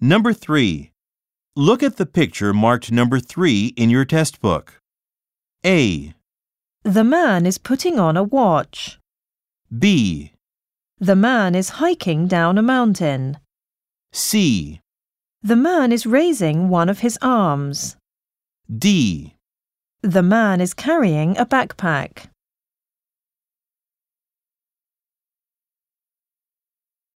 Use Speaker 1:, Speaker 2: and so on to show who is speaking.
Speaker 1: Number three. Look at the picture marked number three in your test book. A,
Speaker 2: The man is putting on a watch.
Speaker 1: B,
Speaker 2: The man is hiking down a mountain.
Speaker 1: C,
Speaker 2: The man is raising one of his arms.
Speaker 1: D.
Speaker 2: The man is carrying a backpack.